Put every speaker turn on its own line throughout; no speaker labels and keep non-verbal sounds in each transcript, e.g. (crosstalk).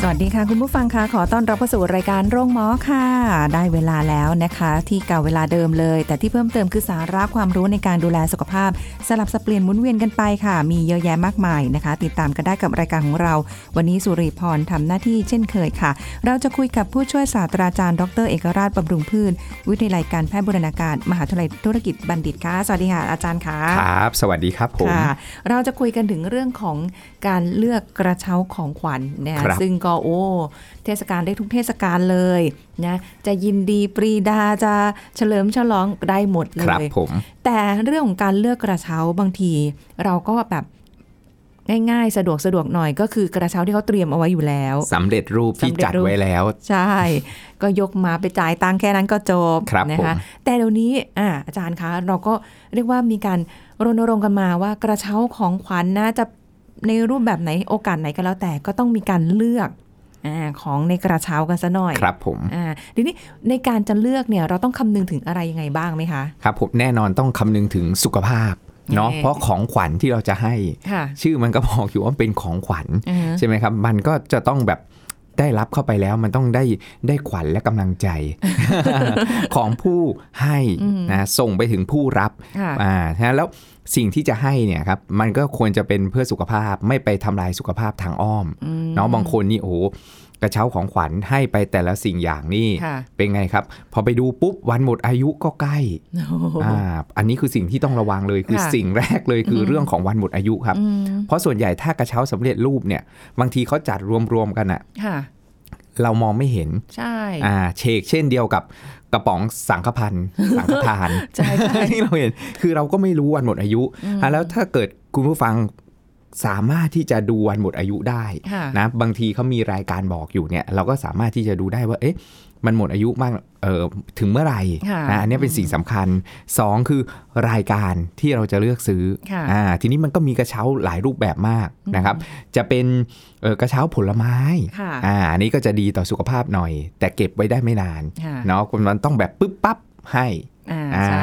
สวัสดีค่ะ คุณผู้ฟังค่ะ ขอต้อนรับเข้าสู่รายการโรงหมอค่ะ ได้เวลาแล้วนะคะ ที่เก่าเวลาเดิมเลย แต่ที่เพิ่มเติมคือสาระความรู้ในการดูแลสุขภาพ สลับสับเปลี่ยนหมุนเวียนกันไปค่ะ มีเยอะแยะมากมายนะคะ ติดตามกันได้กับรายการของเรา วันนี้สุริพรทำหน้าที่เช่นเคยค่ะ เราจะคุยกับผู้ช่วยศาสตราจารย์ดรเอกราชบำรุงพืชวิทยาลัยการแพทย์บูรณาการมหาวิทยาลัยธุรกิจบัณฑิตค่ะสวัสดีค่ะอาจารย์ค่ะ
ครับ สวัสดีครับผม
ค่ะเราจะคุยกันถึงเรื่องของการเลือกกระเช้าของขวัญนนะครับ ซึ่งก็โอ้เทศกาลได้ทุกเทศกาลเลยนะจะยินดีปรีดาจะเฉลิมฉลองได้หมดเล
ครับ
ย
ผม
แต่เรื่องของการเลือกกระเช้าบางที เราก็แบบง่ายๆ สะดวกสะดวกหน่อยก็คือกระเช้าที่เขาเตรียมเอาไว้อยู่แล้ว
สำเร็จรูปที่
สำเร็จรูป
จัดไว้แล้ว
ใช่ ก็ยกมาไปจ่ายตังค์แค่นั้นก็จบ
ครับ
นะคะ
ผม
แต่เดี๋ยวนี้อ่าอาจารย์คะเราก็เรียกว่ามีการรณรงค์กันมาว่ากระเช้าของขวัญน่าจะในรูปแบบไหนโอกาสไหนก็แล้วแต่ก็ต้องมีการเลือกอาของในกระเช้ากันซะหน่อย
ครับผม
อ่าทีนี้ในการจะเลือกเนี่ยเราต้องคำนึงถึงอะไรยังไงบ้างไหมคะ
ครับผมแน่นอนต้องคำนึงถึงสุขภาพเนาะ
แน่
เพราะของขวัญที่เราจะให้
ค่ะ
ชื่อมันก็บอกอยู่ว่าเป็นของขวัญ
อ่าฮะ
ใช่ไหมครับ มันก็จะต้องแบบได้รับเข้าไปแล้ว มันต้องได้ได้ขวัญและกำลัง
(laughs)
ใจ ของผู้ให้นะส่งไปถึงผู้รับ
ค่ะ
อ่าฮะแล้วสิ่งที่จะให้เนี่ยครับมันก็ควรจะเป็นเพื่อสุขภาพไม่ไปทำลายสุขภาพทางอ้อม
อืม
เนาะบางคนนี่โอ้โหกระเช้าของขวัญให้ไปแต่ละสิ่งอย่างนี่
ค่ะ
เป็นไงครับ พอไปดูปุ๊บวันหมดอายุก็ใกล้
โอ้โห
อ่าอันนี้คือสิ่งที่ต้องระวังเลยคือ
ค่ะ
สิ่งแรกเลยคือเรื่องของวันหมดอายุครับ
อืม
เพราะส่วนใหญ่ถ้ากระเช้าสำเร็จรูปเนี่ยบางทีเขาจัดรวมๆกันอะ
ค่ะ
เรามองไม่เห็น
ใช่
อ่าเชกเช่นเดียวกับกระป๋องสังฆพันธ์
(laughs)
สังฆทาน
ใช่ใช่
ที่เราเห็นคือเราก็ไม่รู้วันหมดอายุอ่ะแล้วถ้าเกิดคุณผู้ฟังสามารถที่จะดูวันหมดอายุได้
ค่ะ
นะบางทีเขามีรายการบอกอยู่เนี่ย เราก็สามารถที่จะดูได้ว่าเอ๊ะมันหมดอายุมากเออถึงเมื่อไหร่
ค่ะ
นะอันเนี้ยเป็นสิ่งสำคัญสองคือรายการที่เราจะเลือกซื้อ
ค่ะ
อ่าทีนี้มันก็มีกระเช้าหลายรูปแบบมากนะครับ จะเป็นเอ่อกระเช้าผลไม้
ค่ะ
อ่าอันนี้ก็จะดีต่อสุขภาพหน่อย แต่เก็บไว้ได้ไม่นาน
ค่ะ
เนาะมันต้องแบบปึ๊บปั๊บให้
อ่า
อ่า
ใช่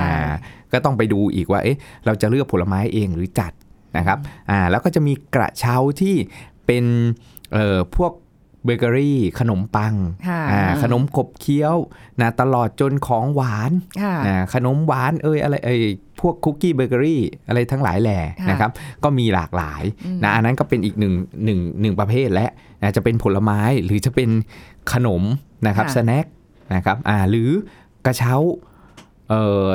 ก็ต้องไปดูอีกว่าเอ๊ะเราจะเลือกผลไม้เองหรือจัดนะครับอ่าแล้วก็จะมีกระเช้าที่เป็นเอ่อพวกเบเกอรี่ขนมปัง
ค่ะ
อ่าขนมขบเคี้ยวนะตลอดจนของหวาน
ค่ะ
อ่าขนมหวานเอ้ยอะไรเอ้ยพวกคุกกี้เบเกอรี่อะไรทั้งหลายแหล่
ค่ะ
นะครับก็มีหลากหลายนะอันนั้นก็เป็นอีกหนึ่งหนึ่งหนึ่งประเภทและนะจะเป็นผลไม้หรือจะเป็นขนมนะครับ
ค่ะ
สแน็คนะครับอ่าหรือกระเช้า เอ่อ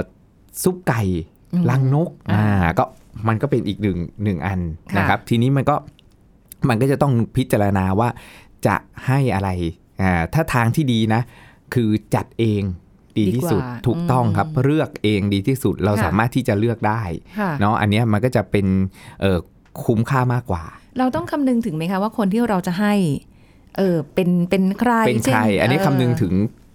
ซุปไก่
อืม
ลังนก
อ่า
อ่าก็มันก็เป็นอีกหนึ่งหนึ่งอัน
ค่ะ
นะครับ ทีนี้มันก็มันก็จะต้องพิจารณาว่าจะให้อะไรอ่าถ้าทางที่ดีนะ คือจัดเองดีที่สุด
ดีกว่า
ถูกต้องครับ เลือกเองดีที่สุดเรา
ค่ะ
สามารถที่จะเลือกได้
ค่ะ
เนาะอันเนี้ยมันก็จะเป็นเอ่อคุ้มค่ามากกว่า
เราต้องคำนึงถึงไหมคะว่าคนที่เราจะให้ เออเป็นเป็นใคร
เป็นใคร
ช่
อันนี้
เ
คำนึงถึง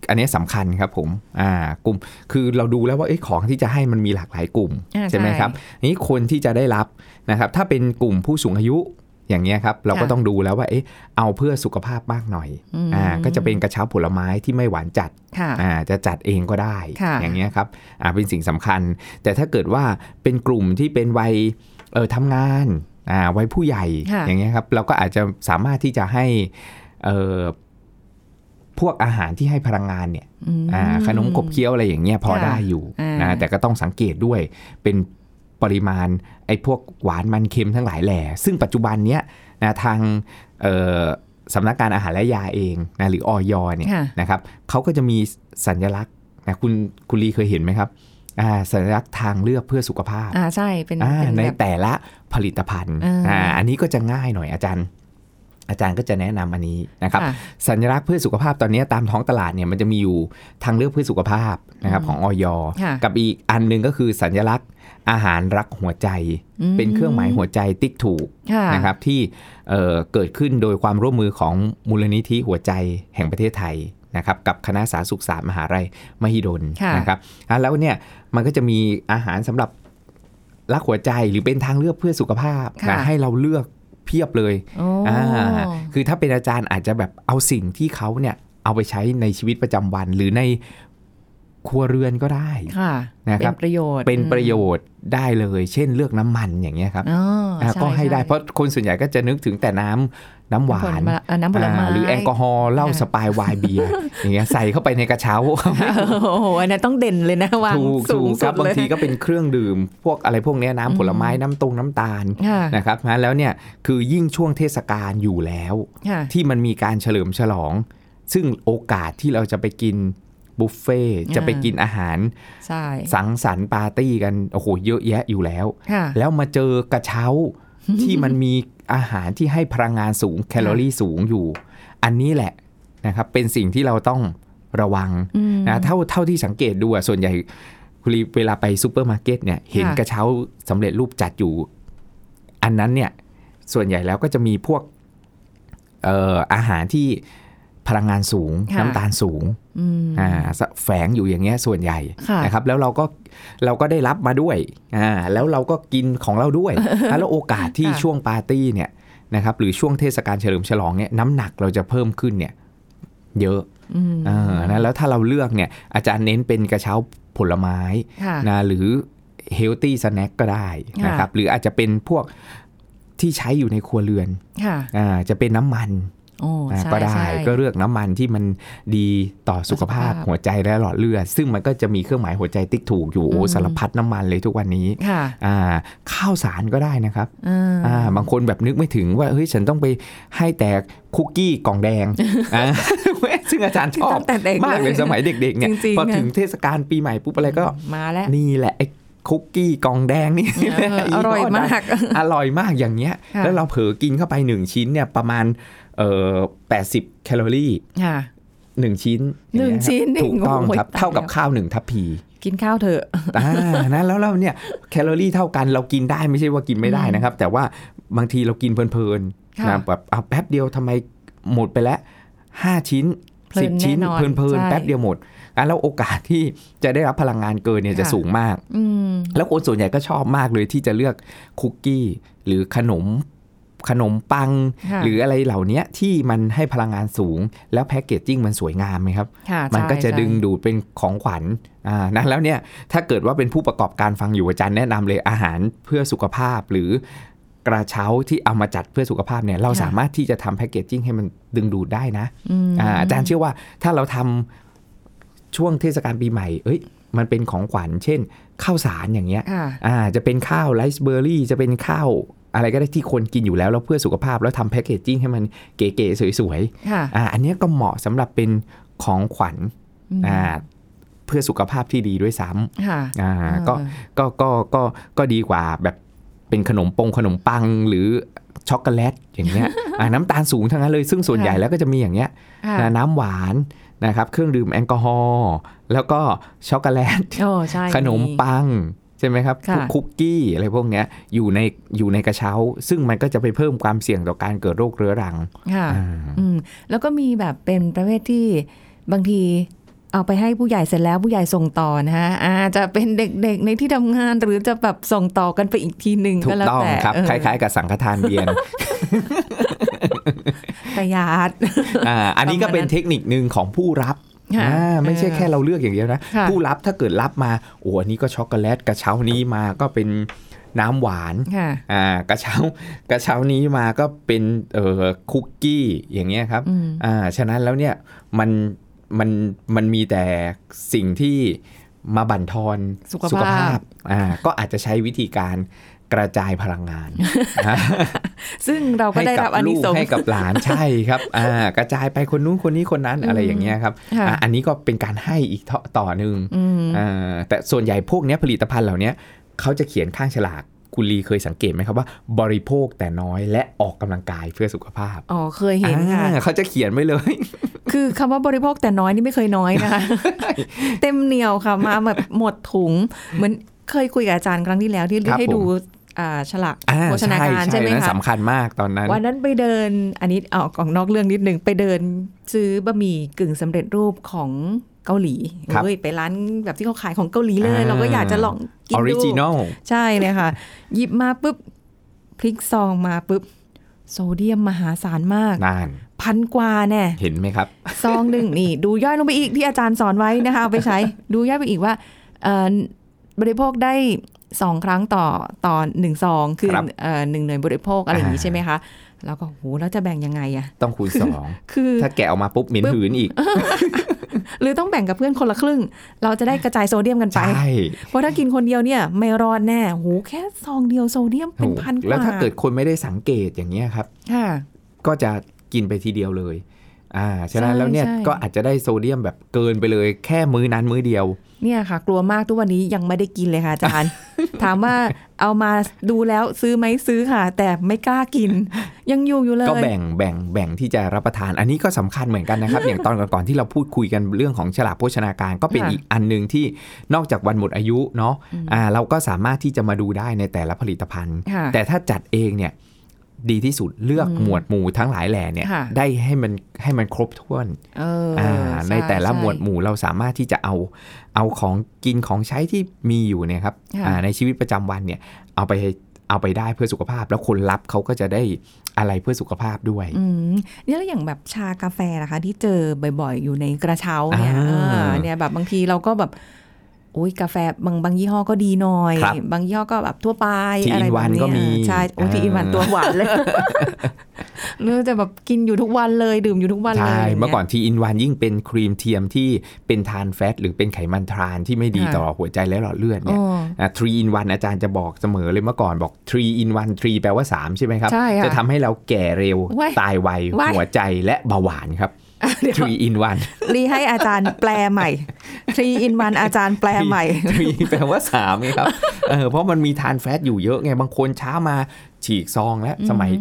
อันนี้สำคัญครับผมอ่ากลุ่มคือเราดูแล้วว่าเอ้ยของที่จะให้มันมีหลากหลายกลุ่ม
อ่า
ใช่ไหม
ใช่
ครับอันนี้คนที่จะได้รับนะครับ ถ้าเป็นกลุ่มผู้สูงอายุอย่างเงี้ยครับ เราก็
ค่ะ
ต้องดูแล้วว่าเอ๊ะเอาเพื่อสุขภาพมากหน่อย
ม
อ่าก็จะเป็นกระเช้าผลไม้ที่ไม่หวานจัด
ค่ะ
อ่าจะจัดเองก็ได้
ค่ะ
อย่างเงี้ยครับอ่าเป็นสิ่งสำคัญ แต่ถ้าเกิดว่าเป็นกลุ่มที่เป็นวัยเออทำงานอ่าวัยผู้ใหญ่
ค่ะ
อย่างเงี้ยครับ เราก็อาจจะสามารถที่จะให้เออพวกอาหารที่ให้พลังงานเนี่ย
อืม
อ่าขนมขบเคี้ยวอะไรอย่างเงี้ยพอ
ค่ะ
ได้อยู่
อ่าน
นะแต่ก็ต้องสังเกตด้วยเป็นปริมาณไอ้พวกหวานมันเค็มทั้งหลายแหล่ ซึ่งปัจจุบันเนี้ยนะทางเอ่อสำนักการอาหารและยาเองนะหรือออยเนี่ย
ค่ะ
นะครับเขาก็จะมีสัญลักษณ์นะคุณคุณลีเคยเห็นไหมครับอ่าสัญลักษณ์ทางเลือกเพื่อสุขภาพ
อ่าใช่เป็น
อ่า
เป็น
ใน
แบบ
แต่ละผลิตภัณฑ์
เอออ่
าอันนี้ก็จะง่ายหน่อยอาจารย์ อาจารย์ก็จะแนะนำอันนี้นะครับ
ค่ะ
สัญลักษณ์เพื่อสุขภาพตอนนี้ตามท้องตลาดเนี่ยมันจะมีอยู่ทางเลือกเพื่อสุขภาพนะครับ
อืม
ของออย
ค่ะ
กับอีกอันหนึงก็คือสัญลักษณ์อาหารรักหัวใจ เป็นเครื่องหมายหัวใจติ๊กถูก
ค่ะ
นะครับที่เอ่อเกิดขึ้นโดยความร่วมมือของมูลนิธิหัวใจแห่งประเทศไทยนะครับกับคณะสาธารณสุขศาสตร์มหาลัยมหิดลนะครับอ่ะแล้วเนี่ยมันก็จะมีอาหารสำหรับรักหัวใจหรือเป็นทางเลือกเพื่อสุขภาพ
ค่ะ
นะให้เราเลือกเพียบเลย
โอ้
อ่าคือถ้าเป็นอาจารย์อาจจะแบบเอาสิ่งที่เขาเนี่ยเอาไปใช้ในชีวิตประจำวัน หรือในครัวเรือนก็ได้
ค่ะ
นะค
เป็
รับ
นประโยชน์
เป็นประโย
อ
ชน์ได้เลย เช่นเลือกน้ำมันอย่างเงี้ยครับ
มอ๋อ
อ่า
ช่
ก็ให้ได้
ช่
เพราะคนส่วนใหญ่ก็จะนึกถึงแต่น้ำน้ำหวาน
ผลมะเอ่อน้ำผลไม้
อ่าหรือแอลกอฮอล์เหล้า
ค่ะ
สปายไวน์เบียร์อย่างเงี้ยใส่เข้าไปในกระ
(laughs)
เช้า
โอ้โหอันนั้นต้องเด่นเลยนะวาง
ถูก
สู
ถู
ง
กค
สุ
รั
ด
บ บา
เล
ง
ย
ทีก็เป็นเครื่องดื่ม พวกอะไรพวกเนี้ยน้ำผลไม้น้ำตรงน้ำตาล
ค่ะ
นะครับงั้นแล้วเนี่ยคือยิ่งช่วงเทศกาลอยู่แล้ว
ค่ะ
ที่มันมีการเฉลิมฉลอง ซึ่งโอกาสที่เราจะไปกินบุฟเฟ่ต์
อ่า
จะไปกินอาหาร
ใช่
สังสรรค์ปาร์ตี้กัน โอ้โห เยอะแยะอยู่แล้ว
ค่ะ
แล้วมาเจอกระเช้า ที่มันมีอาหารที่ให้พลังงานสูง แคลอรี่สูงอยู่ อันนี้แหละนะครับ เป็นสิ่งที่เราต้องระวัง
อืม
นะเท่าเท่าที่สังเกตดูอะส่วนใหญ่คุณลีเวลาไปซูเปอร์มาร์เก็ตเนี่ยเห็น
ค่ะ
กระเช้าสำเร็จรูปจัดอยู่ อันนั้นเนี่ย ส่วนใหญ่แล้วก็จะมีพวกเอ่ออาหารที่พลังงานสูง
ค่ะ
น้ำตาลสูง
อืม
อ่าแฝงอยู่อย่างเงี้ยส่วนใหญ่
ค่ะ
นะครับ แล้วเราก็เราก็ได้รับมาด้วยอ่าแล้วเราก็กินของเรา
(laughs)
ด้วย แล้วโอกาสที่
ค่ะ
ช่วงปาร์ตี้เนี่ยนะครับหรือช่วงเทศกาลเฉลิมฉลองเนี่ยน้ำหนักเราจะเพิ่มขึ้นเนี่ยเยอะ
อืม
อ่านะแล้วถ้าเราเลือกเนี่ยอาจารย์เน้นเป็นกระเช้าผลไม้
ค่ะ
นะหรือเฮลตี้สแน็คก็ได้นะครับหรืออาจจะเป็นพวกที่ใช้อยู่ในครัวเรือน
ค่ะ
อ่าจะเป็นน้ำมัน
โอ้
อ่า
ใช่
ก็ได้
ใช่
ก็เลือกน้ำมันที่มันดีต่อสุขภาพ
สุขภาพ
หัวใจและหลอดเลือด ซึ่งมันก็จะมีเครื่องหมายหัวใจติ๊กถูกอยู่โอ้
อืม
สารพัดน้ำมันเลยทุกวันนี้
ค่ะ
อ่าข้าวสารก็ได้นะครับ
อ่า
อ่าบางคนแบบนึกไม่ถึงว่าเฮ้ยฉันต้องไปให้แต่คุกกี้กล่องแด
(laughs)
งอ่า (laughs) ซึ่งอาจารย์ชอบ
ตั้งแต่เด็ก
มากเลย
เลย
สมัยเด็กๆเนี่ย
จริงๆ
พอ
อะ
ถึงเทศกาลปีใหม่ปุ๊บอะไรก็
มาแล้ว
นี่แหละไอ้คุกกี้กองแดงนี่
เออ
(laughs)
อร่อยมาก
อร่อยมากอย่างเงี้ย
ค่ะ
แล้วเราเผลอกินเข้าไป 1 ชิ้นเนี่ยประมาณเอ่อ80 แคลอรี่
ค่ะ
1 ชิ้น
หนึ่งชิ้น
ถูกต้อง
โอ้ย
ครับ
ตายแล้ว
เท่ากับข้าวหนึ่งทัพพี
กินข้าวเถอะ
อ่านะแล้วเราเนี่ยแคลอรี่เท่ากันเรากินได้ไม่ใช่ว่ากินไม่ได้นะครับ แต่ว่าบางทีเรากินเพลินๆ
ค่ะ
นะแบบเอาแป๊บเดียวทำไมหมดไปแล้ว 5 ชิ้น
เพลิน
10 ชิ้น
แน่นอน
เพลิน
ใช่
ๆแป๊บเดียวหมดอ่ะแล้วโอกาสที่จะได้รับพลังงานเกินเนี่ยจะ
ค่ะ
สูงมาก
อืม
แล้วคนส่วนใหญ่ก็ชอบมากเลยที่จะเลือกคุกกี้ หรือขนมขนมปัง
ค่ะ
หรืออะไรเหล่าเนี้ยที่มันให้พลังงานสูง แล้วแพ็กเกจจิ้งมันสวยงามไหมครับ
ค่ะ
มันก็จะ
ใช่
ดึงดูดเป็นของขวัญอ่านะแล้วเนี่ยถ้าเกิดว่าเป็นผู้ประกอบการฟังอยู่อาจารย์แนะนำเลยอาหารเพื่อสุขภาพหรือกระเช้าที่เอามาจัดเพื่อสุขภาพเนี่ยเราสามารถที่จะทำแพ็กเกจจิ้งให้มันดึงดูดได้นะ
ม
อ่าอาจารย์เชื่อว่าถ้าเราทำช่วงเทศกาลปีใหม่เอ้ยมันเป็นของขวัญ เช่นข้าวสารอย่างเงี้ย
ค่ะ
อ่าจะเป็นข้าวไรซ์เบอร์รี่จะเป็นข้าวอะไรก็ได้ที่คนกินอยู่แล้ว แล้วเพื่อสุขภาพแล้วทำแพคเกจจิ้งให้มันเก๋ๆสวย
ค่ะ
ๆอ่าอันเนี้ยก็เหมาะสำหรับเป็นของขวัญ
อืม
อ่าเพื่อสุขภาพที่ดีด้วยซ้
ค่ะ
ำอ่า
เออ
ก็ก็ก็ก็ก็ดีกว่าแบบเป็นขนมปงขนมปังหรือช็อกโกแลตอย่าง
(laughs)
เงี้ย อ่าน้ำตาลสูงทั้งนั้นเลยซึ่งส่วนใหญ่แล้วก็จะมีอย่างเงี้ย
ค่ะ
นะน้ำหวานนะครับเครื่องดื่มแอลกอฮอล์แล้วก็ช็อกโกแลต
โอ้ใช่
ขนมปัง ใช่ไหมครับ
ค่ะ
พวกคุกกี้อะไรพวกเนี้ยอยู่ในอยู่ในกระเช้า ซึ่งมันก็จะไปเพิ่มความเสี่ยงต่อการเกิดโรคเรื้อรัง
ค่ะ
อ่า
อืมแล้วก็มีแบบเป็นประเภทที่บางทีเอาไปให้ผู้ใหญ่เสร็จแล้วผู้ใหญ่ส่งต่อนะฮะอาจจะเป็นเด็กๆในที่ทำงานหรือจะแบบส่งต่อกันไปอีกทีหนึ่ง
ถู
ก็
ก
แล้ว
ต้อง
แต่
ครับ
เออ
คล้าย ๆ กับสังฆทานเบียน
ประหยัด
อ่าอันนี้ก็เป็นเทคนิคหนึ่งของผู้รับ
(laughs) ค่ะ
อ่าไม่ใช่แค่เราเลือกอย่างเดียวนะ
ค่ะ
ผู้รับถ้าเกิดรับมาโอ้อันนี้ก็ช็อกโกแลตกระเช้านี้มาก็เป็นน้ำหวาน
ค่ะ
อ่าก (laughs) ระเช้ากระเช้านี้มาก็เป็นเอ่อคุกกี้อย่างเงี้ยครับ
อืม
อ่าฉะนั้นแล้วเนี่ยมันมันมันมีแต่สิ่งที่มาบั่นทอน
สุขภาพ
อ่าก็อาจจะใช้วิธีการกระจายพลังงาน
ซึ่งเราก็
ให้
ได้
กั
รับอานิ
ลูก
สงส์
ให้กับห
(laughs)
ลานใช่ครับอ่ากระจายไปคนนู้นคนนี้คนนั้นอะไรอย่างเงี้ยครับ
ค่ะ
อ่าอันนี้ก็เป็นการให้อีกต่อต่อหนึ่ง
อืม
อ่าแต่ส่วนใหญ่พวกเนี้ยผลิตภัณฑ์เหล่าเนี้ยเขาจะเขียนข้างฉลาก คุณลีเคยสังเกตไหมครับว่า บริโภคแต่น้อยและออกกำลังกายเพื่อสุขภาพ
อ๋อเคยเห็นค่ะ
อ่าเขาจะเขียนไว้เลย
คือคำว่าบริโภคแต่น้อยนี่ไม่เคยน้อย
(laughs)
นะคะ เต็มเหนียวค่ะมาแบบหมดถุง เหมือนเคยคุยกับอาจารย์ครั้งที่แล้วที่
ครับ
ให้
ผม
ดูอ่าฉลาก
อ่
โภชนาการใช่ไหม
นั้น
คะ
สำคัญมากตอนนั้น
วันนั้นไปเดินอันนี้เอาของนอกเรื่องนิดนึงไปเดินซื้อบะหมี่กึ่งสำเร็จรูปของเกาหลี
ครับ
เอ้ยไปร้านแบบที่เขาขายของเกาหลีเลย
อ่า
เราก็อยากจะลองกิ
อน อริ
ดู
จินอล
ใช่เลยค่ะ หยิบมาปุ๊บพลิกซองมาปุ๊บ โซเดียมมหาศาลมาก
นาน
พันกว่าแน่
เห็นไหมครับ
ซองหนึ่งนี่ ดูย่อยลงไปอีกที่อาจารย์สอนไว้นะคะเอาไปใช้ ดูย่อยไปอีกว่าเอ่อบริโภคได้สองครั้งต่อต่อหนึ่งซองคือ
ครับ
เอ่อหนึ่งหน่วยบริโภคอะไรอย่างนี้
อ่า
ใช่ไหมคะแล้วก็โหแล้วจะแบ่งยังไงอะ
ต้องคูณสอง
คือ
ถ้าแกะออกมาปุ๊บเหม็น
ปึ๊บ
หืนอีก
หรือต้องแบ่งกับเพื่อนคนละครึ่ง เราจะได้กระจายโซเดียมกันไป
ใช่
เพราะถ้ากินคนเดียวเนี่ยไม่รอดแน่โหแค่ซองเดียวโซเดียมเป็นพันกว่า
แล้วถ้าเกิดคนไม่ได้สังเกตอย่างเงี้ยครับ
ค่ะ
ก็จะกินไปทีเดียวเลย อ่า ฉะนั้น
ใช่
แล้วเนี่ย
ใช่
ก็อาจจะได้โซเดียมแบบเกินไปเลยแค่มื้อนั้นมื้อเดียว
เนี่ยค่ะ กลัวมากทุกวันนี้ยังไม่ได้กินเลยค่ะอา
(laughs)
จารย์ ถามว่าเอามาดูแล้วซื้อไหมซื้อค่ะ แต่ไม่กล้ากิน (laughs) ยังอยู่อยู่เลย
ก็แบ่งแบ่งแบ่งที่จะรับประทาน อันนี้ก็สำคัญเหมือนกัน
(laughs)
นะครับ อย่างตอนก่อนๆที่เราพูดคุยกันเรื่องของฉลากโภชนาการก็เป็น
ค่ะ
อีกอันหนึ่งที่นอกจากวันหมดอายุเนาะ อ่า เราก็สามารถที่จะมาดูได้ในแต่ละผลิตภัณฑ์
ค่ะ
แต่ถ้าจัดเองเนี่ยดีที่สุดเลือก
อืม
หมวดหมู่ทั้งหลายแหล่เนี่ย
ค่ะ
ได้ให้มันให้มันครบถ้วน
เออ
อ่า
ช่
ในแต่ละ
ช่
หมวดหมู่เราสามารถที่จะเอาเอาของกินของใช้ที่มีอยู่เนี่ยครับ
ค่ะ
อ่าในชีวิตประจำวันเนี่ยเอาไปเอาไปได้เพื่อสุขภาพ แล้วคนรับเขาก็จะได้อะไรเพื่อสุขภาพด้วย
อืมเนี่ยแล้วอย่างแบบชากาแฟนะคะ ที่เจอบ่อยๆ อยู่ในกระเช้าเนี่ย
อ่า
เออเนี่ยแบบบางทีเราก็แบบโอ้ยกาแฟบางบางยี่ห้อก็ดีหน่อย
ครับ
บางยี่ห้อก็แบบทั่วไป
ทีอิน
อะไรแบบ
วันก็
เนี้
มี
ยใช่โอ้ย
อ่า
ทีอินวันตัวหวาน
(laughs)
เลยเนื้อจะแบบกินอยู่ทุกวันเลยดื่มอยู่ทุกวันเลยอะ
ใช่
ไรย่างงี้ย
เมื่อก่อนทีอินวันยิ่งเป็นครีมเทียมที่เป็นทานแฟตหรือเป็นไขมันทรานที่ไม่ดี
ค่ะ
ต่อหัวใจและหลอดเลือด
อ๋
เนี่ย
อ
ทรีอินวันอาจารย์จะบอกเสมอเลยเมื่อก่อนบอกทรีอินวันทรีแปลว่า 3 ใช่ไหมครับ
ใช่ค่ะ
จะทำให้เราแก่เร็ว
ว้าย
ตายไว
ว้าย
หัวใจและเบาหวานครับ
เดี๋ยว
ทรีอินวัน
รีให้อาจารย์แปลใหม่ทรีอินวันอาจารย์แปลใหม่
ทรีแปลว่าสามไง
(laughs)
ครับ เออเพราะมันมีทานแฟตอยู่เยอะไง บางคนเช้ามาฉีกซองแล้ว สมัย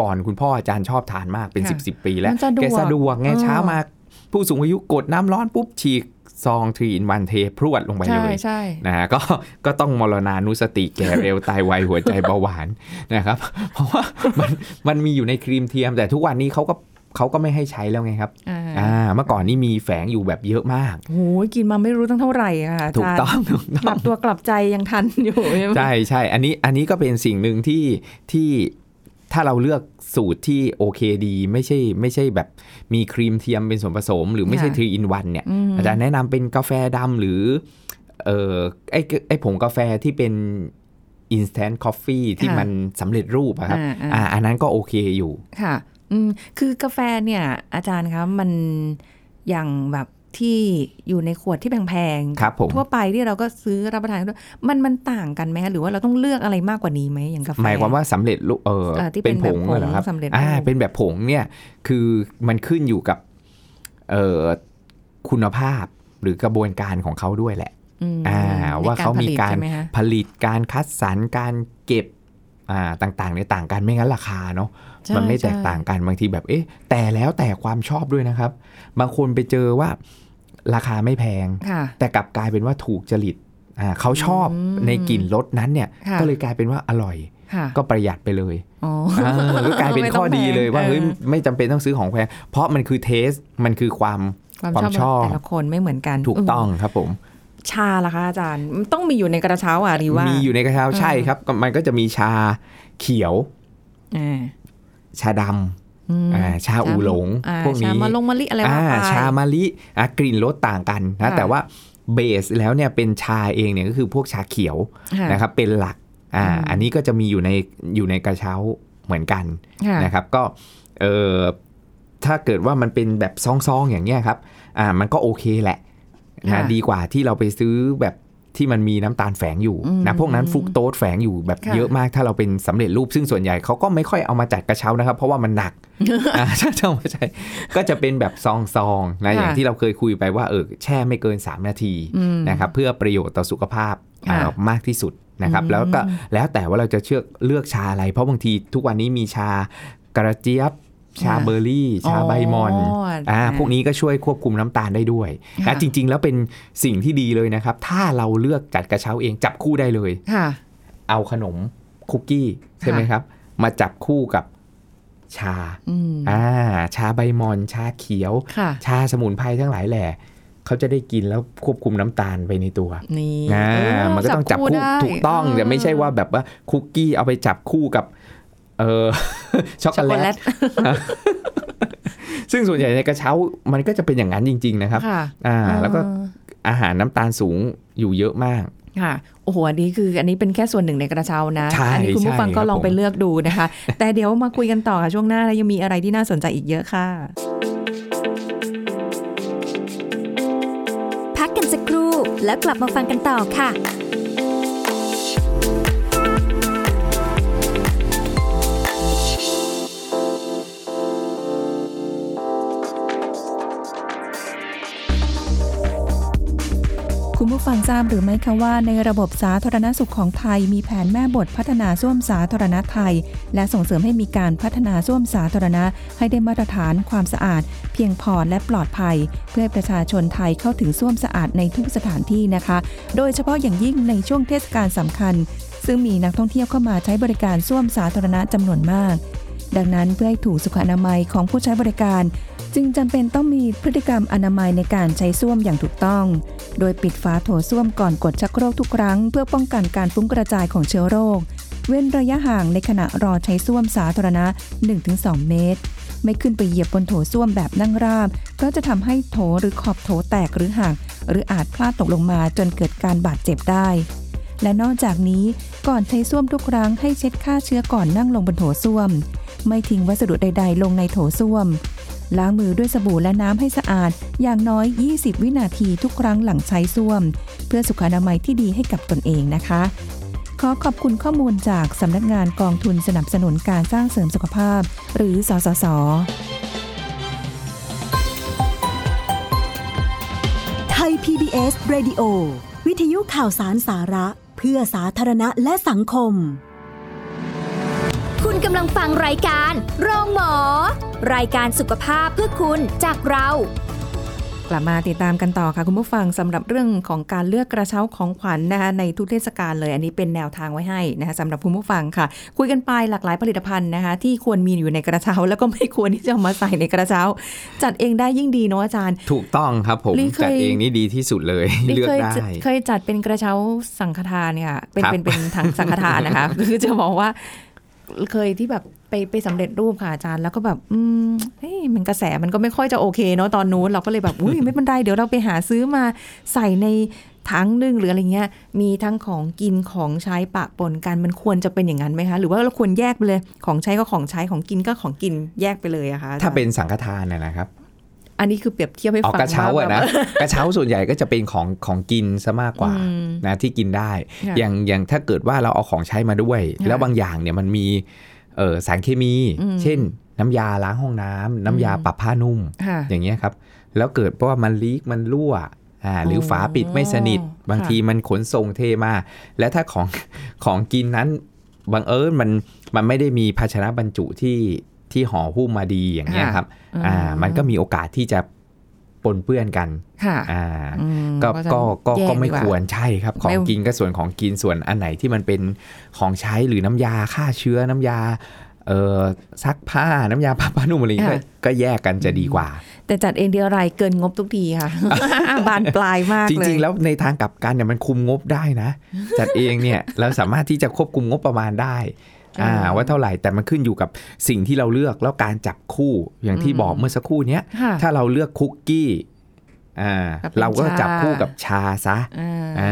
ก่อนคุณพ่ออาจารย์ชอบทานมากเป็น 10
ค่ะ
บสบปีแล้ว
มันสะดวก
แกสะดวกไง
เออ
เช้ามาผู้สูงอายุกดน้ำร้อนปุ๊บฉีกซองทรีอินวันเทพรวดลงไปเล
ใช่
ย
ใช่
นะฮ (laughs) ะก็ก็ต้องมรณานุสติแก่เร็วตายไวหัวใจเบาหวานนะครับ (laughs) เพราะว่ามันมันมีอยู่ในครีมเทียม แต่ทุกวันนี้เขาก็เขาก็ไม่ให้ใช้แล้วไงครับ
อ่า
อ่าเมื่อก่อนนี่มีแฝงอยู่แบบเยอะมาก
โหกินมาไม่รู้ตั้งเท่าไหร่อะค่ะอา
ถูก
จารย์
ต้องถูกต้อง
กลับตัวกลับใจยังทันอยู่ใช่ไหม
ใช่ใช่ อันนี้ อันนี้ก็เป็นสิ่งหนึ่งที่ ที่ถ้าเราเลือกสูตรที่โอเคดี ไม่ใช่ ไม่ใช่แบบมีครีมเทียมเป็นส่วนผสม หรือไม่ใช่
ค่ะ
ทรีอินวันเนี่ย
อืม
อาจารย์แนะนำเป็นกาแฟดำหรือ เออไอไอผงกาแฟที่เป็น instant coffee ที่มันสำเร็จรูปอะครับ
อ่าอ่า
อ่า อันนั้นก็โอเคอยู่
ค่ะ อืม คือกาแฟเนี่ยอาจารย์คะมันอย่างแบบที่อยู่ในขวดที่แพงๆ
ครับผม
ทั่วไปที่เราก็ซื้อรับประทานกันด้วยมันมันต่างกันไหมคะหรือว่าเราต้องเลือกอะไรมากกว่านี้ไหมอย่างกาแฟ
หมายความว่าสำเร็จรูปเออ
เอ่อที่เป็
เป็น
น
ผ
แบบ
ง
ผง
เหรอครับ
สำเร็จรูป
อ่าเป็นแบบผงเนี่ยคือมันขึ้นอยู่กับเออคุณภาพหรือกระบวนการของเขาด้วยแหละ
อืม
อ่า
ใน
ว่าเขามี
ผลิต
การ
ใช่ไหมคะ
ผลิตการคัดสรรการเก็บอ่าต่างๆเนี่ยต่างกันไม่งั้นราคาเนาะ
ใช่
มันไม่แตก
ใช่
ต่างกันบางทีแบบเอ๊ะแต่แล้วแต่ความชอบด้วยนะครับ บางคนไปเจอว่าราคาไม่แพง
ค่ะ
แต่กลับกลายเป็นว่าถูกจริตอ่าเขาชอบ
อืม
ในกลิ่นรสนั้นเนี่ย
ค่ะ
ก็เลยกลายเป็นว่าอร่อย
ค่ะ
ก็ประหยัดไปเลย
อ๋อ
อ่าก็กลายเป็น
ไม่ต้
ข้
อง
อดีเลยว่า
แพง
เฮ้ย
เออ
ไม่จำเป็นต้องซื้อของแพงเพราะมันคือเทสมันคือความ
ความ
ความช
ช
อ
อบ บแต่ละคนไม่เหมือนกัน
ถูกต้องครับผม
มชาล่ะคะอาจารย์มันต้องมีอยู่ในกระเช้าอ่ะหรือว่า
มี
มี
อยู่ในกระเช้าใช่ครับก็มันก็จะมีชาเขียว ชาดำอ่าชาอูหลง พวกนี้
ชามาลงมะลิอะไรว่า
อ่า
ไป
ชามะลิอ่ะกลิ่นรสต่างกัน
ค่ะ
นะแต่ว่าเบสแล้วเนี่ยเป็นชาเองเนี่ยก็คือพวกชาเขียว
ค่ะ
นะครับเป็นหลักอ่า
อืม
อันนี้ก็จะมีอยู่ในอยู่ในกระเช้าเหมือนกัน
ค่ะ
นะครับก็เออถ้าเกิดว่ามันเป็นแบบซองๆอย่างเงี้ยครับอ่ามันก็โอเคแหละนะ
ค่ะ
ดีกว่าที่เราไปซื้อแบบที่มันมีน้ำตาลแฝงอยู่
อืม
นะพวกนั้นฟรุกโตสแฝงอยู่แบบ
ค่ะ
เยอะมากถ้าเราเป็นสำเร็จรูปซึ่งส่วนใหญ่เขาก็ไม่ค่อยเอามาจัดกระเช้านะครับ เพราะว่ามันหนั
(laughs)
ก อ่าถ้าจะเอามาใช้ก็จะเป็นแบบซองๆนะอย่างที่เราเคยคุยไปว่าเออแช่ไม่เกิน 3 นาที
อืม
นะครับเพื่อประโยชน์ต่อสุขภาพอ่า
ค่ะ
มากที่สุด นะครับ
อืม
แล้วก็แล้วแต่ว่าเราจะเชือกเลือกชาอะไร เพราะบางทีทุกวันนี้มีชากระเจี๊ยบ ชาเบอร์รี่ ชาใบมอน อ่าพวกนี้ก็ช่วยควบคุมน้ำตาลได้ด้วย
ค่ะ
นะจริง ๆ แล้วเป็นสิ่งที่ดีเลยนะครับ ถ้าเราเลือกจัดกระเช้าเองจับคู่ได้เลย
ค่ะ
เอาขนมคุกกี้ใช่ไหมครับ มาจับคู่กับชา
อืม
อ่าชาใบมอน ชาเขียว
ค่ะ
ชาสมุนไพรทั้งหลายแหละเขาจะได้กินแล้วควบคุมน้ำตาลไปในตัว
นี่
นะ
เออ
มันก็ต้องจับคู่
ได้
ถูกต้องแต่ไม่ใช่ว่าแบบว่าคุกกี้เอาไปจับคู่กับเออ (laughs) ช็อกโก
ช็อกโก
แล
แล
ต
ต
ซึ่งส่วนใหญ่ในกระเช้ามันก็จะเป็นอย่างนั้นจริง ๆ นะครับ
ค่ะ
อ่า
เออ
แล้วก็อาหารน้ำตาลสูงอยู่เยอะมาก
ค่ะโอ้โหอันนี้คืออันนี้เป็นแค่ส่วนหนึ่งในกระเช้านะ
ใช่
อันี้คุณผู้ฟัง
ใช่
ก็ลอง
ครับผม
ไปเลือกดูนะคะ แต่เดี๋ยวมาคุยกันต่อค่ะช่วงหน้านะยังมีอะไรที่น่าสนใจอีกเยอะค่ะ
พักกันสักครู่แล้วกลับมาฟังกันต่อค่ะ
คุณผู้ฟังทราบหรือไม่คะว่าในระบบสาธารณสุขของไทย มีแผนแม่บทพัฒนาส้วมสาธารณะไทย และส่งเสริมให้มีการพัฒนาส้วมสาธารณะ ให้ได้มาตรฐานความสะอาด เพียงพอและปลอดภัย เพื่อให้ประชาชนไทยเข้าถึงส้วมสะอาดในทุกสถานที่นะคะ โดยเฉพาะอย่างยิ่งในช่วงเทศกาลสำคัญ ซึ่งมีนักท่องเที่ยวเข้ามาใช้บริการส้วมสาธารณะจำนวนมาก ดังนั้นเพื่อให้ถูกสุขอนามัยของผู้ใช้บริการ จึงจำเป็นต้องมีพฤติกรรมอนามัยในการใช้ส้วมอย่างถูกต้อง โดยปิดฝาโถส้วมก่อนกดชักโครกทุกครั้ง เพื่อป้องกันการฟุ้งกระจายของเชื้อโรค เว้นระยะห่างในขณะรอใช้ส้วมสาธารณะ 1-2 เมตร ไม่ขึ้นไปเหยียบบนโถส้วมแบบนั่งราบ เพราะจะทำให้โถหรือขอบโถแตกหรือหัก หรืออาจพลาดตกลงมาจนเกิดการบาดเจ็บได้ และนอกจากนี้ก่อนใช้ส้วมทุกครั้งให้เช็ดฆ่าเชื้อก่อนนั่งลงบนโถส้วม ไม่ทิ้งวัสดุใด ๆ ลงในโถส้วม ล้างมือด้วยสบู่และน้ำให้สะอาด อย่างน้อย 20 วินาทีทุกครั้งหลังใช้ส้วม เพื่อสุขอนามัยที่ดีให้กับตนเองนะคะ ขอขอบคุณข้อมูลจากสำนักงานกองทุนสนับสนุนการสร้างเสริมสุขภาพ หรือสสส
ไทย PBS Radio วิทยุข่าวสารสาระ เพื่อสาธารณะและสังคม
คุณกำลังฟังรายการโรงหมอ รายการสุขภาพเพื่อคุณจากเรา
กลับมาติดตามกันต่อค่ะคุณผู้ฟังสำหรับเรื่องของการเลือกกระเช้าของขวัญนะคะในทุกเทศกาลเลย อันนี้เป็นแนวทางไว้ให้นะคะสำหรับคุณผู้ฟังค่ะ คุยกันไปหลากหลายผลิตภัณฑ์นะคะที่ควรมีอยู่ในกระเช้า แล้วก็ไม่ควรที่จะเอามาใส่ในกระเช้า จัดเองได้ยิ่งดีเนาะอาจารย์
ถูกต้องครับผม
นี่เคย
จัดเองนี่ดีที่สุดเลย เลือก
เคย
ได้
จัดเคยจัดเป็นกระเช้าสังฆทานค่ะเป็น
ครับ
เป็นเป็นถัง (laughs) สังฆทานนะคะ คือจะบอกว่าเคยที่แบบไปไปสำเร็จรูปค่ะอาจารย์แล้วก็แบบ อืมเฮ้ยมันกระแสมันก็ไม่ค่อยจะโอเคเนาะตอนนู้นเราก็
(laughs)
เลยแบบอุ้ยไม่เป็นไรเดี๋ยวเราไปหาซื้อมาใส่ในถังหนึ่งหรืออะไรเงี้ย มีทั้งของกินของใช้ปะปนกันมันควรจะเป็นอย่างนั้นไหมคะ หรือว่าเราควรแยกไปเลยของใช้ก็ของใช้ของกินก็ของกินแยกไปเลยอะคะอจรย์
ถ้าเป็นสังฆทานนะนะครับ
อันนี้คือเปรียบเทียบให้
ออก
ฟัง
กระเช้า
ว่
อะ
แบบ
นะ กระเช้าส่วนใหญ่ก็จะเป็นของของกินซะมากกว่า
อืม
นะที่กินได้
ค่ะ
อย่างอย่างถ้าเกิดว่าเราเอาของใช้มาด้วย
ค่ะ
แล้วบางอย่างเนี่ยมันมีเอ่อสารเคมี
อืม
เช่น น้ำยาล้างห้องน้ำน้ำยาปรับผ้านุ่ม
ค่ะ
อย่างเงี้ยครับ แล้วเกิดเพราะว่ามันลีกมันรั่วอ่าหรือ
โอ้
ฝาปิดไม่สนิท บาง
ค่ะ
ทีมันขนส่งเทมา และถ้าของ (laughs) ของกินนั้นบังเอิญมันมันไม่ได้มีภาชนะบรรจุที่ที่ห่อหุ้มมาดีอย่างเงี้ย
ค่ะ
ครับ
อืม
อ่ามันก็มีโอกาสที่จะปนเปื้อนกัน
ค่ะ
อ่า
อืม
ก็
เพราะฉะนั้น
ก็ก็
แย
ก็ไม่
ดีา
ควรใช่ครับ ของ
ไม่
กินก็ส่วนของกินส่วนอันไหนที่มันเป็นของใช้หรือน้ำยาฆ่าเชื้อน้ำยาเอ่อซักผ้าน้ำยาปะผ้านุ่มอะไรอย่างเงี้ยก็ก็แยกกันจะดีกว่า
แต่จัดเองเดียวไรเกินงบทุกทีค่ะ บานปลายมาก
จ
เลย
ริงๆ แล้วในทางกลับกันเนี่ยมันคุมงบได้นะ จัดเองเนี่ย เราสามารถที่จะควบคุมงบประมาณได้อ่าว่าเท่าไหร่แต่มันขึ้นอยู่กับสิ่งที่เราเลือกแล้วการจับคู่อย่างที่บอกเมื่อสักครู่เนี้ย
ค่ะ
ถ้าเราเลือกคุกกี้อ่า
กับเป็น
เราก็จับ
ชา
คู่กับชาซะ
อ่า
อ่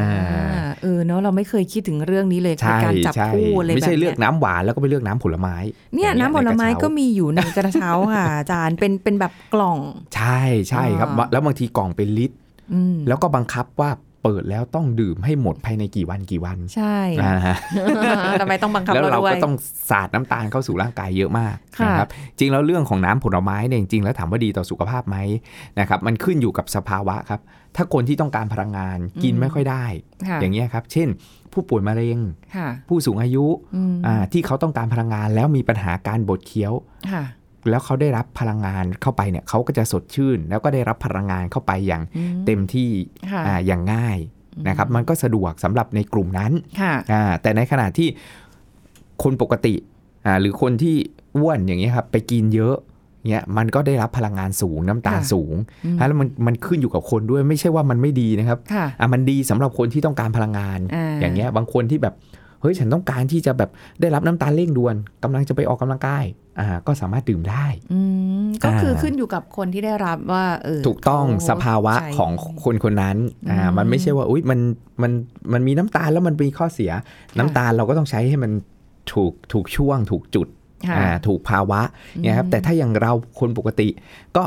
า
เออเนาะเราไม่เคยคิดถึงเรื่องนี้เลยคือ
ใช่
การจับ
ใช่
คู่เลย
ไม่
แบ
ใช่
บ
เลื
เนี้
อก
ย
น้ำหวานแล้วก็ไปเลือกน้ำผลไม้
เนี่ย
อย่างงี้
น้ำผลไม้
ใระ
ก็
เช้า
มีอยู่ในกระเช้าค่ะ อาจารย์เป็นเป็นแบบกล่อง
ใช่ใช่ครับ
อ่า
แล้วบางทีกล่องเป็นลิตร
อืม
แล้วก็บังคับว่าเ ปิดแล้วต้องดื่มให้หมดภายในกี่วันกี่วัน
ใช่
อ่าฮะ
(laughs) ทำไมต้องบังคับ
แล้ว
เรา
เรา
ด้ว
ก็
ย
ต้องสาดน้ำตาลเข้าสู่ร่างกายเยอะมาก
ค่ะ
นะครับจริงแล้วเรื่องของน้ำผลไม้เนี่ยจริงๆแล้วถามว่าดีต่อสุขภาพไหมนะครับมันขึ้นอยู่กับสภาวะครับ ถ้าคนที่ต้องการพลังงานกินไม่ค่อยได้
ค่ะ
อย่างเงี้ยครับ เช่น ผู้ป่วยมะเร็ง
ค่ะ
ผู้สูงอายุ
อืม
อ่าที่เขาต้องการพลังงานแล้วมีปัญหาการบดเคี้ยว
ค่ะ
แล้วเขาได้รับพลังงานเข้าไปเนี่ยเขาก็จะสดชื่น แล้วก็ได้รับพลังงานเข้าไปอย่าง
อืม
เต็มที่
ค่ะ
อ่าอย่างง่ายนะครับมันก็สะดวกสำหรับในกลุ่มนั้น
ค่ะ
อ่าแต่ในขณะที่คนปกติอ่าหรือคนที่อ้วนอย่างเงี้ยครับไปกินเยอะเงี้ยมันก็ได้รับพลังงานสูงน้ำตาล
ค่ะ
สูง
อืม
ฮะแล้วมันมันขึ้นอยู่กับคนด้วยไม่ใช่ว่ามันไม่ดีนะครับ
ค่ะ
อ่ะมันดีสำหรับคนที่ต้องการพลังงาน
อ่า
ย่างเงี้ยบางคนที่แบบเฮ้ยฉันต้องการที่จะแบบได้รับน้ำตาลเร่งด่วนกำลังจะไปออกกำลังกายอ่าก็สามารถดื่มได้
อืมก็คืออา ขึ้นอยู่กับคนที่ได้รับว่าเออ
ถูกต้อง
เข
สภาวะ
ใช้
ของคนคนนั้นอ่า
อืม
มันไม่ใช่ว่าอุ้ยมันมันมันมีน้ำตาลแล้วมันมีข้อเสีย น้ำตาลเราก็ต้องใช้ให้มันถูกถูกช่วง ถูกจุด
ค่ะ
อ่าถูกภาวะเนี่ยครับ
อืม
แต่ถ้าอย่างเราคนปกติก็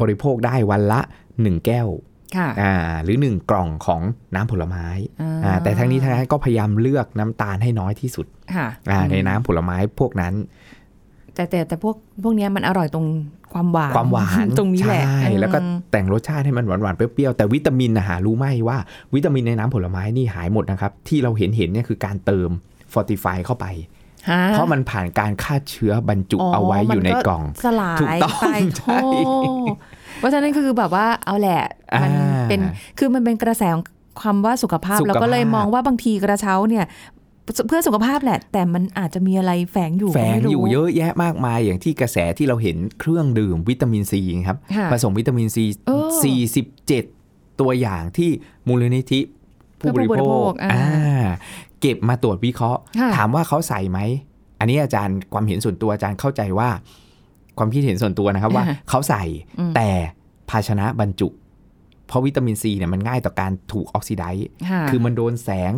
บริโภคได้วันละ 1 แก้ว
ค่ะ
อ่าหรือ 1 กล่องของน้ำผลไม้
อ่า
อ่าแต่ทั้งนี้ทั้งนั้นก็พยายามเลือกน้ำตาลให้น้อยที่สุด
ค่ะ
อ่า
อืม
ในน้ำผลไม้พวกนั้น
แต่แต่แต่พวกพวกเนี้ยมันอร่อยตรงความหวาน
ความหวาน
ตรงนี้แหละ
ใช่แล้วก็
อืม
แต่งรสชาติให้มันหวานๆเปรี้ยวๆแต่วิตามินนะหารู้ไหมว่า วิตามินในน้ำผลไม้นี่หายหมดนะครับ ที่เราเห็นเห็นเนี่ยคือการเติมฟอร์ติฟายเข้าไป
ฮ
เพราะมันผ่านการฆ่าเชื้อบรรจุเอาไว้อยู่ในกล่อง
มันสลาย
ถูกต้อง
ไป
ใช่
โอ้เพราะฉะนั้นคือแบบว่าเอาแหละมัน
อ่า
เป็นคือมันเป็นกระแสของความว่าสุขภาพ
สุขภาพ
เราก็เลยมองว่าบางทีกระเช้าเนี่ยเพื่อสุขภาพแหละ แต่มันอาจจะมีอะไรแฝงอยู่
แฝง
ไม่รู้
อยู่เยอะแยะมากมายอย่างที่กระแสที่เราเห็นเครื่องดื่มวิตามินซีครับ
ค่ะ
ผสมวิตามินซี
เออ
47 ตัวอย่างที่มูลนิธิผู้บริ
เพื่อผู้บริโภ
โภค
คอ่า
อ่าเก็บมาตรวจวิเคราะห์
ค่ะ
ถามว่าเขาใส่ไหม อันนี้อาจารย์ความเห็นส่วนตัวอาจารย์เข้าใจว่า ความคิดเห็นส่วนตัวนะครับว่า เขาใส่แต่ภาชนะบรรจุ เพราะวิตามินซีเนี่ยมันง่ายต่อการถูกออกซิไดซ์
ค่ะ
คือมันโดนแสง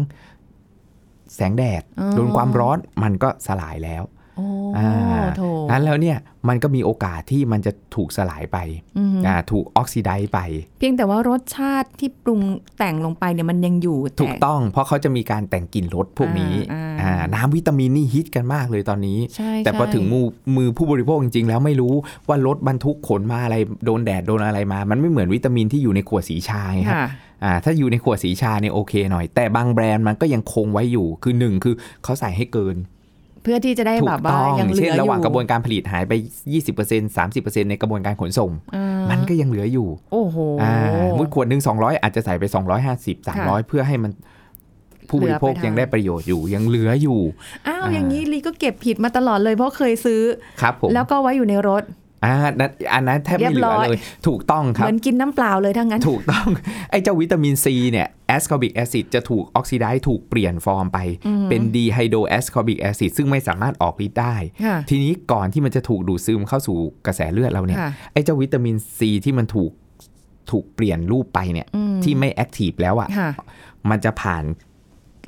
แสงแดด
อ๋อ
โดนความร้อนมันก็สลายแล้ว
โอ้
อ่า
โถ
นั้นแล้วเนี่ยมันก็มีโอกาสที่มันจะถูกสลายไป
อืม
อ่าถูกออกซิไดซ์ไป
เพียงแต่ว่ารสชาติที่ปรุงแต่งลงไปเนี่ยมันยังอยู่แต่
ถูกต้องเพราะเขาจะมีการแต่งกลิ่นรสพวกนี้
อ่าอ่า
อ่าน้ำวิตามินนี่ฮิตกันมากเลยตอนนี้
ใช่
แต่พอถึง
ใช่
มือมือผู้บริโภคจริงๆ แล้วไม่รู้ว่ารถบรรทุกขนมาอะไรโดนแดดโดนอะไรมา มันไม่เหมือนวิตามินที่อยู่ในขวดสีชาไงครับ
ค่ะ
อ่าถ้าอยู่ในขวดสีชาเนี่ยโอเคหน่อย แต่บางแบรนด์มันก็ยังคงไว้อยู่คือหนึ่งคือเขาใส่ให้เกิน
เพื่อที่จะได้
ถู
แบบ
ก
ว่า
ต้อง
ยังเหลื
เช่น
ออ
ระหว่าง
ยู่
กระบวนการผลิตหายไป 20% 30%ในกระบวนการขนส่ง
อ่า
มันก็ยังเหลืออยู่
โอ้โห
อ่ามุดขวดหนึ่ง200 อาจจะใส่ไป 250 300 เพื่อให้มันผู้บริโภ
เห
ค
ลือไปทาง
ยังได้ประโยชน์อยู่ยังเหลืออยู่
อ้าว
อ่า
อย่างนี้ลีก็เก็บผิดมาตลอดเลยเพราะเคยซื้อ
ครับผม
แล้วก็ไว้อยู่ในรถ
อ่านั้นอันนั้นแทบไม่เห
เรีย
ลือ
บร้อย
เลยถูกต้องค
เห
รับ
มือนกินน้ำเปล่าเลยทั้งนั้น
ถูกต้อง (laughs) ไอ้เจ้าวิตามินซีเนี่ยแอสคอบิกแอซิดจะถูกออกซิไดซ์ถูกเปลี่ยนฟอร์มไป เป็นดีไฮโดแอสคอบิกแอซิดซึ่งไม่สามารถออกฤทธิ์ได้
ค่ะ
ทีนี้ก่อนที่มันจะถูกดูดซึมเข้าสู่กระแสเลือดเราเนี่ย
ค่ะ
ไอ้เจ้าวิตามินซีที่มันถูกถูกเปลี่ยนรูปไปเนี่ย
อืม
ที่ไม่แอคทีฟแล้วอะ่ะ
ค่ะ
มันจะผ่าน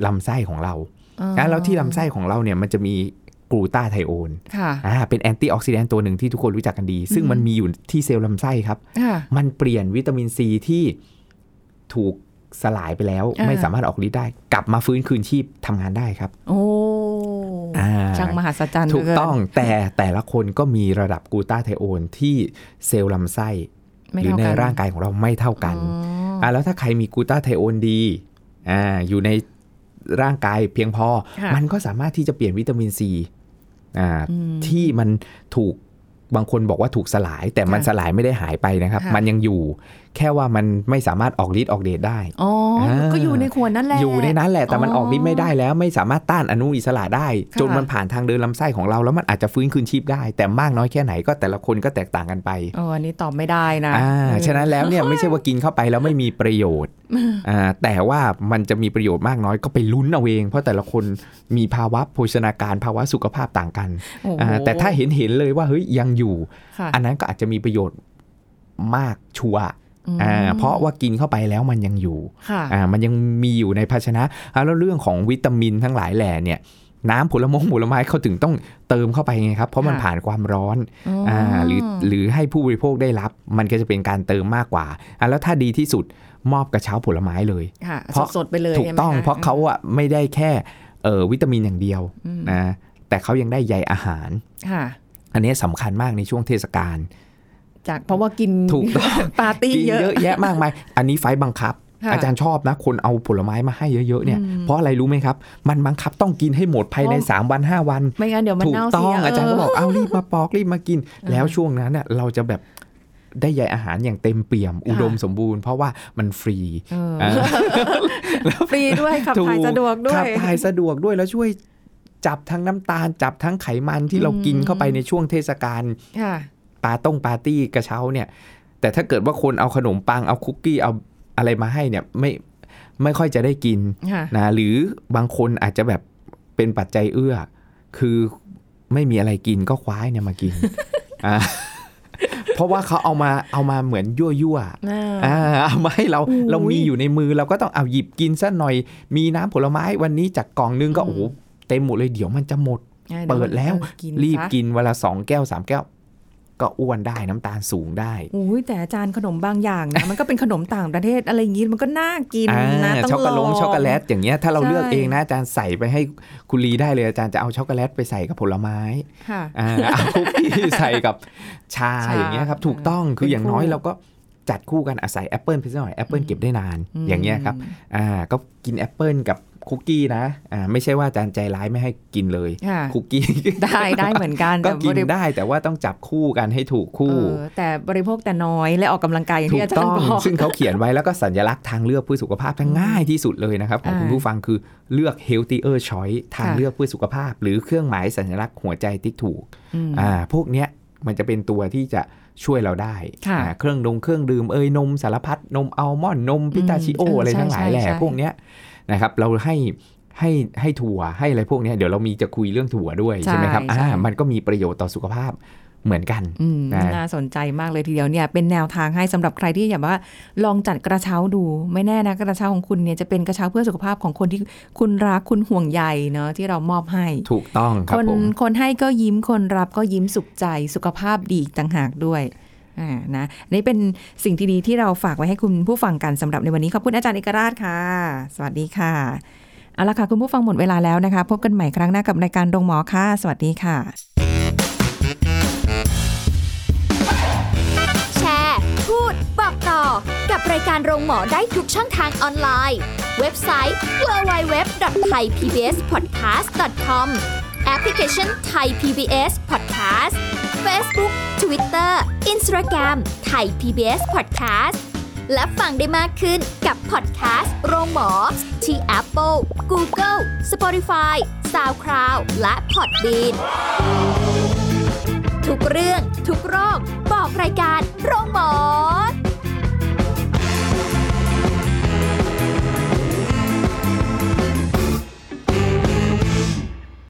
ลำไส้ของเรา
อ๋อ
แล้วที่ลำไส้ของเราเนี่ยมันจะมีกลูตาไทโอน
ค่ะ
อ่าเป็นแอนตี้ออกซิแดนต์ตัวหนึ่งที่ทุกคนรู้จักกันดี ซึ่งมันมีอยู่ที่เซลล์ลำไส้ครับ
ค่ะ
มันเปลี่ยนวิตามินซีที่ถูกสลายไปแล้ว
อ่า
ไม่สามารถออกฤทธิ์ได้ กลับมาฟื้นคืนชีพทำงานได้ครับ
โอ้
อ่า
ช่างมหัศจรรย์
ถูก
เหลืเน
ต้องแต่แต่ละคนก็มีระดับกลูตาไทโอนที่เซลล์ลำไส้
ไม่
หรือ
เท่ากั
ใน
น
ร่างกายของเราไม่เท่ากัน
อ๋ออ
อ่าแล้วถ้าใครมีกลูตาไทโอนดีอ่าอยู่ในร่างกายเพียงพอ
ค่ะ
มันก็สามารถที่จะเปลี่ยนวิตามินซีอ่าที่มันถูกบางคนบอกว่าถูกสลาย แต่มัน
ค่ะ
สลายไม่ได้หายไปนะครับ
ค่ะ
มันยังอยู่ แค่ว่ามันไม่สามารถออกฤทธิ์ออกเดชได้
อ๋ออา ก็อยู่ในขวดนั่นแหละ
อยู่ในนั้นแหละแต่มัน
อ๋อ
ออกฤทธิ์ไม่ได้แล้วไม่สามารถต้านอนุมูลอิสระได้
ค่ะ
จนมันผ่านทางเดินลำไส้ของเราแล้วมันอาจจะฟื้นคืนชีพได้ แต่มากน้อยแค่ไหนก็แต่ละคนก็แตกต่างกันไป
เอออันนี้ตอบไม่ได้นะ
อ่า
เออ
ฉะนั้นแล้วเนี่ย ไม่ใช่ว่ากินเข้าไปแล้วไม่มีประโยชน์อ่าแต่ว่ามันจะมีประโยชน์มากน้อยก็ไปลุ้นเอาเอง เพราะแต่ละคนมีภาวะโภชนาการภาวะสุขภาพต่างกัน
โอ้โห
อ่าแต่ถ้าเห็นเห็นเลยว่าเฮ้ยยังอยู่
ค่ะ
อันนั้นก็อาจจะมีประโยชน์มากชัวร์
ม
อ่าเพราะว่ากินเข้าไปแล้วมันยังอยู่
ค่ะ
อ่ามันยังมีอยู่ในภาชนะอ่าแล้วเรื่องของวิตามินทั้งหลายแหล่เนี่ย น้ำผลมงผลไม้เขาถึงต้องเติมเข้าไปไงครับ เพราะมัน
ค่ะ
ผ่านความร้อน อ่าหรือหรือให้ผู้บริโภคได้รับ มันก็จะเป็นการเติมมากกว่าอ่ะแล้วถ้าดีที่สุดมอบกระเช้าผลไม้เลย
ค่ะ
เพราะ
สดๆไปเลย
ถูก
ใช่ไหม
ต้อง
ค
เพราะเขาอ่ะไม่ได้แค่เอ่อวิตามินอย่างเดียว
อืม
นะแต่เขายังได้ใยอาหาร
ค่ะ
อันนี้สำคัญมากในช่วงเทศกาล
จากเพราะว่ากิน
ถูกต้อง
(laughs) ปาร์ตี้
กิน
เย
เย
อะ
อะแยะมากมาย อันนี้ไฟล์บังคับ
ค่ะ
อาจารย์ชอบนะ คนเอาผลไม้มาให้เยอะๆเนี่ย
อืม
เพราะอะไรรู้ไหมครับ มันบังคับต้องกินให้หมดภายใน
เพราะ
สามวันห้าวัน
ไม่งั้นเดี๋ยวมัน
ถูก
เน่า
ต้
เสี
อง
ย
อาจารย์ก็บอก
เ
เอารีบมาปอกรีบมากิน
ออ
แล้วช่วงนั้นน่ะเราจะแบบได้ใยอาหารอย่างเต็มเปี่ยม อุดมสมบูรณ์ เพราะว่ามันฟรี
เออ
อ่า
ฟรี
(laughs)
ด้วยขับถ่ายสะดวกด้ว
ขั
ย
บถ่ายสะดวกด้วยแล้วช่วยจับทั้งน้ำตาล จับทั้งไขมันที่เรา
อืม
กินเข้าไปในช่วงเทศกาล
ค่ะ
ปาต้งปาร์ตี้กระเช้าเนี่ย แต่ถ้าเกิดว่าคนเอาขนมปังเอาคุกกี้เอาอะไรมาให้เนี่ยไม่ไม่ค่อยจะได้กิน
ค่ะ
นะหรือบางคนอาจจะแบบเป็นปัจจัยเอื้อ คือไม่มีอะไรกินก็คว้ายเนี่ยมากิน (laughs) อ่าเพราะว่าเขาเอามาเอามาเหมือนยั่วยั่วๆอ่าเอามาให้เรา
โอ้ย
เรามีอยู่ในมือเราก็ต้องเอาหยิบกินซะหน่อย มีน้ำผลไม้วันนี้จากกล่องนึงก็
อืม
โอ้โหเต็มหมดเลยเดี๋ยวมันจะหมด
อ่า
เปิดแล้ว
เออกิน
รีบ
ซะ
กินเวนลาสองแก้วสามแก้ว ก็อ้วนได้น้ำตาลสูงได้
อุ้ยแต่อาจารย์ขนมบางอย่างนะ มันก็เป็นขนมต่างประเทศอะไรอย่างงี้มันก็น่ากิน
อ่า
นะต้อง
ช็อกโกแล
ลอ
ต
ง
ช็อกโกแลตอย่างเงี้ยถ้าเรา
ใช่
เลือกเองนะอาจารย์ใส่ไปให้คุณลีได้เลยอาจารย์จะเอาช็อกโกแลตไปใส่กับผลไม้
ค่ะ
อ่า เอาคุกกี้ใส่กับชา
ชา
อย่างเงี้ยครับ
อ่า
ถูกต้องคือ
เป็น
อย่างน้อย
คู่
เราก็จัดคู่กันอาศัยแอปเปิลไปสักหน่อยแอปเปิล
อืม
เก็บได้นานอย่างเงี้ยครับอ่าก็กินแอปเปิลกับคุกกี้นะอ่าไม่ใช่ว่าอาจารย์ใจร้ายไม่ให้กินเลย
ค่ะ
คุก (laughs) กี้
ได้ได้เหมือนกัน
ก็กิน
แต่บริ
ได้แต่ว่าต้องจับคู่กันให้ถูก
เอ
คู่
อแต่บริโภคแต่น้อยและออกกำลังกายอย่าง
ถู
ที่
ก
อาจาร
ต้
ย์
อง
บอก
ซึ่งเขาเขียนไว้แล้วก็สัญลักษณ์ทางเลือกเพื่อสุขภาพทั้งง่ายที่สุดเลยนะครับ ของคุณ
อ่า
ผู้ฟังคือเลือก healthier choice ทาง
ค่ะ
เลือกเพื่อสุขภาพ หรือเครื่องหมายสัญลักษณ์หัวใจติ๊กถูก
อืม
อ่าพวกเนี้ยมันจะเป็นตัวที่จะช่วยเราได้
ค่ะ
อ่าเครื่องดงเครื่องดื่มเอยนมสารพัดนมอัลมอนด์นมพิตาชิโออะไรทั้งหลายแหละพวกเนี้ยนะครับเราให้ให้ให้ถั่วให้อะไรพวกเนี้ยเดี๋ยวเรามีจะคุยเรื่องถั่วด้วยใช่ไหมครับอ่ามันก็มีประโยชน์ต่อสุขภาพเหมือนกัน
อืม
นะ
น่าสนใจมากเลยทีเดียวเนี่ยเป็นแนวทางให้สำหรับใครที่อยากว่าลองจัดกระเช้าดูไม่แน่นะกระเช้าของคุณเนี่ยจะเป็นกระเช้าเพื่อสุขภาพของคนที่คุณรักคุณห่วงใยเนาะที่เรามอบให้
ถูกต้อง
ค
ค
รับ น
ผม
คนให้ก็ยิ้มคนรับก็ยิ้มสุขใจสุขภาพดีอีกต่างหากด้วยอ่านะอันนี่เป็นสิ่งที่ดีที่เราฝากไว้ให้คุณผู้ฟังกันสำหรับในวันนี้ขอบคุณอาจารย์เอกราชค่ะ สวัสดีค่ะเอาละค่ะคุณผู้ฟังหมดเวลาแล้วนะคะ พบกันใหม่ครั้งหน้ากับรายการโรงหมอค่ะ สวัสดีค่ะ
แชร์ พูด บอกต่อ กับรายการโรงหมอได้ทุกช่องทางออนไลน์ เว็บไซต์ www.thaipbspodcast.com แอปพลิเคชัน Thai PBS Podcast Facebook Twitter Instagram Thai PBS Podcast และฟังได้มากขึ้นกับพอดแคสต์โรงหมอ ที่ Apple, Google, Spotify, SoundCloud และ Podbean ทุกเรื่องทุกโรค บอกรายการโรงหมอ